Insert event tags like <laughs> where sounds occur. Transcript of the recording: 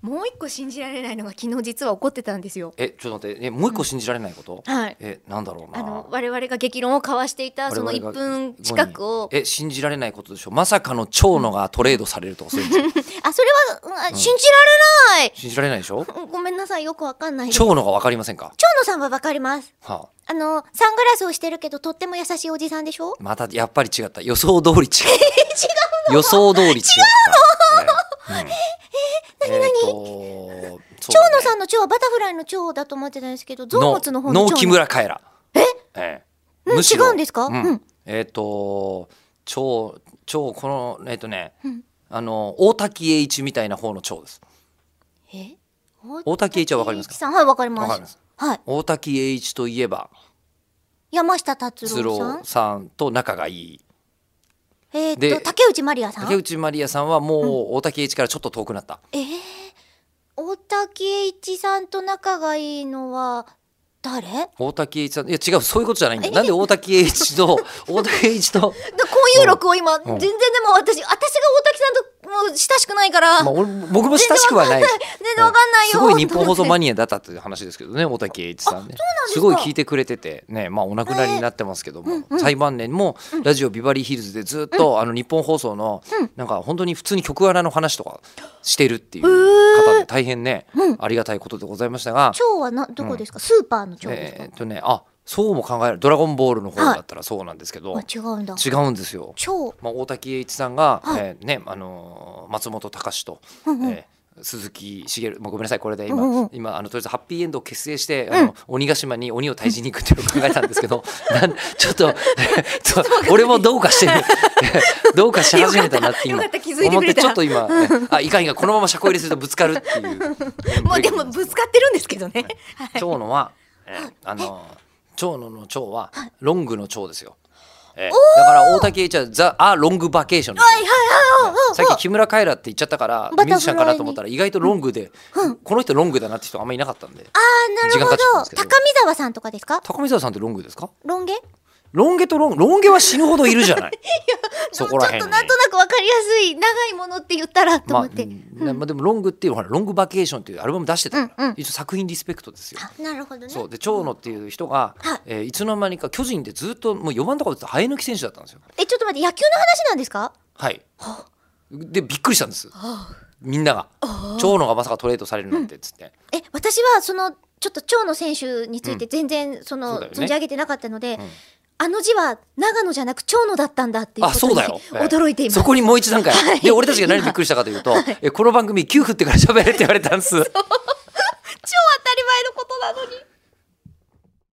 もう一個信じられないのが昨日実は起こってたんですよ。えちょっと待ってえもう一個信じられないこと、はい。えなんだろうなあの我々が激論を交わしていたその我一々が分近くをえ信じられないことでしょまさかの蝶野がトレードされるとかそういうのあそれは、うんあ信じられ信じられないでしょない、うんごめんなさいよくわかんないです蝶蝶野がわかりませんか、野さんはわかりますはあのサングラスをしてるけどとっても優しいおじさんでしょあ、またやっぱり違った予 <laughs> 想通り違う予想通り <laughs> 違った違うの、ええ何何蝶野さんの蝶はバタフライの蝶だと思ってたんですけど臓物の方のの蝶木村カエラえええうんむしろ違うんですかうんえっ、と超超このえっ、とね、うんあの大滝栄一みたいな方の蝶ですえ大滝栄一はわかりますか大滝栄一さんはいわかりますわかりますはい大滝栄一といえば山下達鶴郎さん郎さんと仲がいいえー、っでと竹内まりやさ竹ん内まりやさんはもう大滝栄一からちょっと遠くなった、えー、大滝栄一さんと仲がいいのは誰だこ大滝栄一さんいや違うそういうことじゃないんだよなんで大滝栄一と大滝栄一 <laughs> と、ういう録を今、ん全然でも私私が大滝さんともう親しくないから、まあ、俺僕も親しくはない全然わかんないよ、すごい日本放送マニニアだったという話ですけどね大竹栄一さんねすごい聞いてくれててねまあお亡くなりになってますけども、最晩年もラジオビバリーヒルズでずっと、あの日本放送の、なんか本当に普通に曲穴の話とかしてるっていう方で大変ね、ありがたいことでございましたが、蝶はなどこですか、スーパーの蝶ですか、えーっとねあそうも考える「ドラゴンボール」の方だったらそうなんですけど、あ違うんだ違うんですよ。蝶まあ、大滝栄一さんが、はいえーねあのー松本隆と、えー鈴木茂もうごめんなさいこれで今,、うんうん今あのとりあえずハッピーエンドを結成して、あの鬼ヶ島に鬼を退治に行くっていうのを考えたんです <laughs> けどなんちょっとちょっと <laughs> 俺もどうかしてるどうかし始めたなって今よかったよかった気づいてくれた思ってちょっと今、ねあいかんいかんこのまま車庫入れするとぶつかるっていう。まあで <laughs> もぶつかってるんですけどね。蝶野は、えーあの蝶野の蝶はロングの蝶ですよ。えーだから大竹栄一はザ・ア・ロング・バケーションですはよいはいはいはい。さっき木村カエラって言っちゃったからミバュータジフシライャにンかなと思ったら意外とロングで、この人ロングだなって人あんまりいなかったんでああなるほ時間かかっちゃったんど。ですけど高見沢さんとかですか？高見沢さんってロングですかロン毛？ロン毛とロンロン毛は死ぬほどいるじゃ <laughs> ないそこらで辺もちょっとになんとなくわかりやすい長いものって言ったらとまあ思って。うんなまあでもロングっていうほらロングバケーションっていうアルバム出してたから、うんうん一応作品リスペクトですよあなるほどね。そうで長野っていう人が、はいえーいつの間にか巨人でずっともう4番とか打ってた生え抜き選手だったんですよえちょっと待って野球の話なんですか？はいでびっくりしたんですみんなが長野がまさかトレードされるなんてっつって、え私はそのちょっと蝶野選手について全然その、そうだよね存じ上げてなかったので。あの字は長野じゃなく蝶野だったんだっていうあことそうにだよ、ええ驚いています。<laughs> そこにもう一段階、はいで俺たちが何びっくりしたかというと、えこの番組給付ってから喋れって言われたんです超当たり前のことなのに。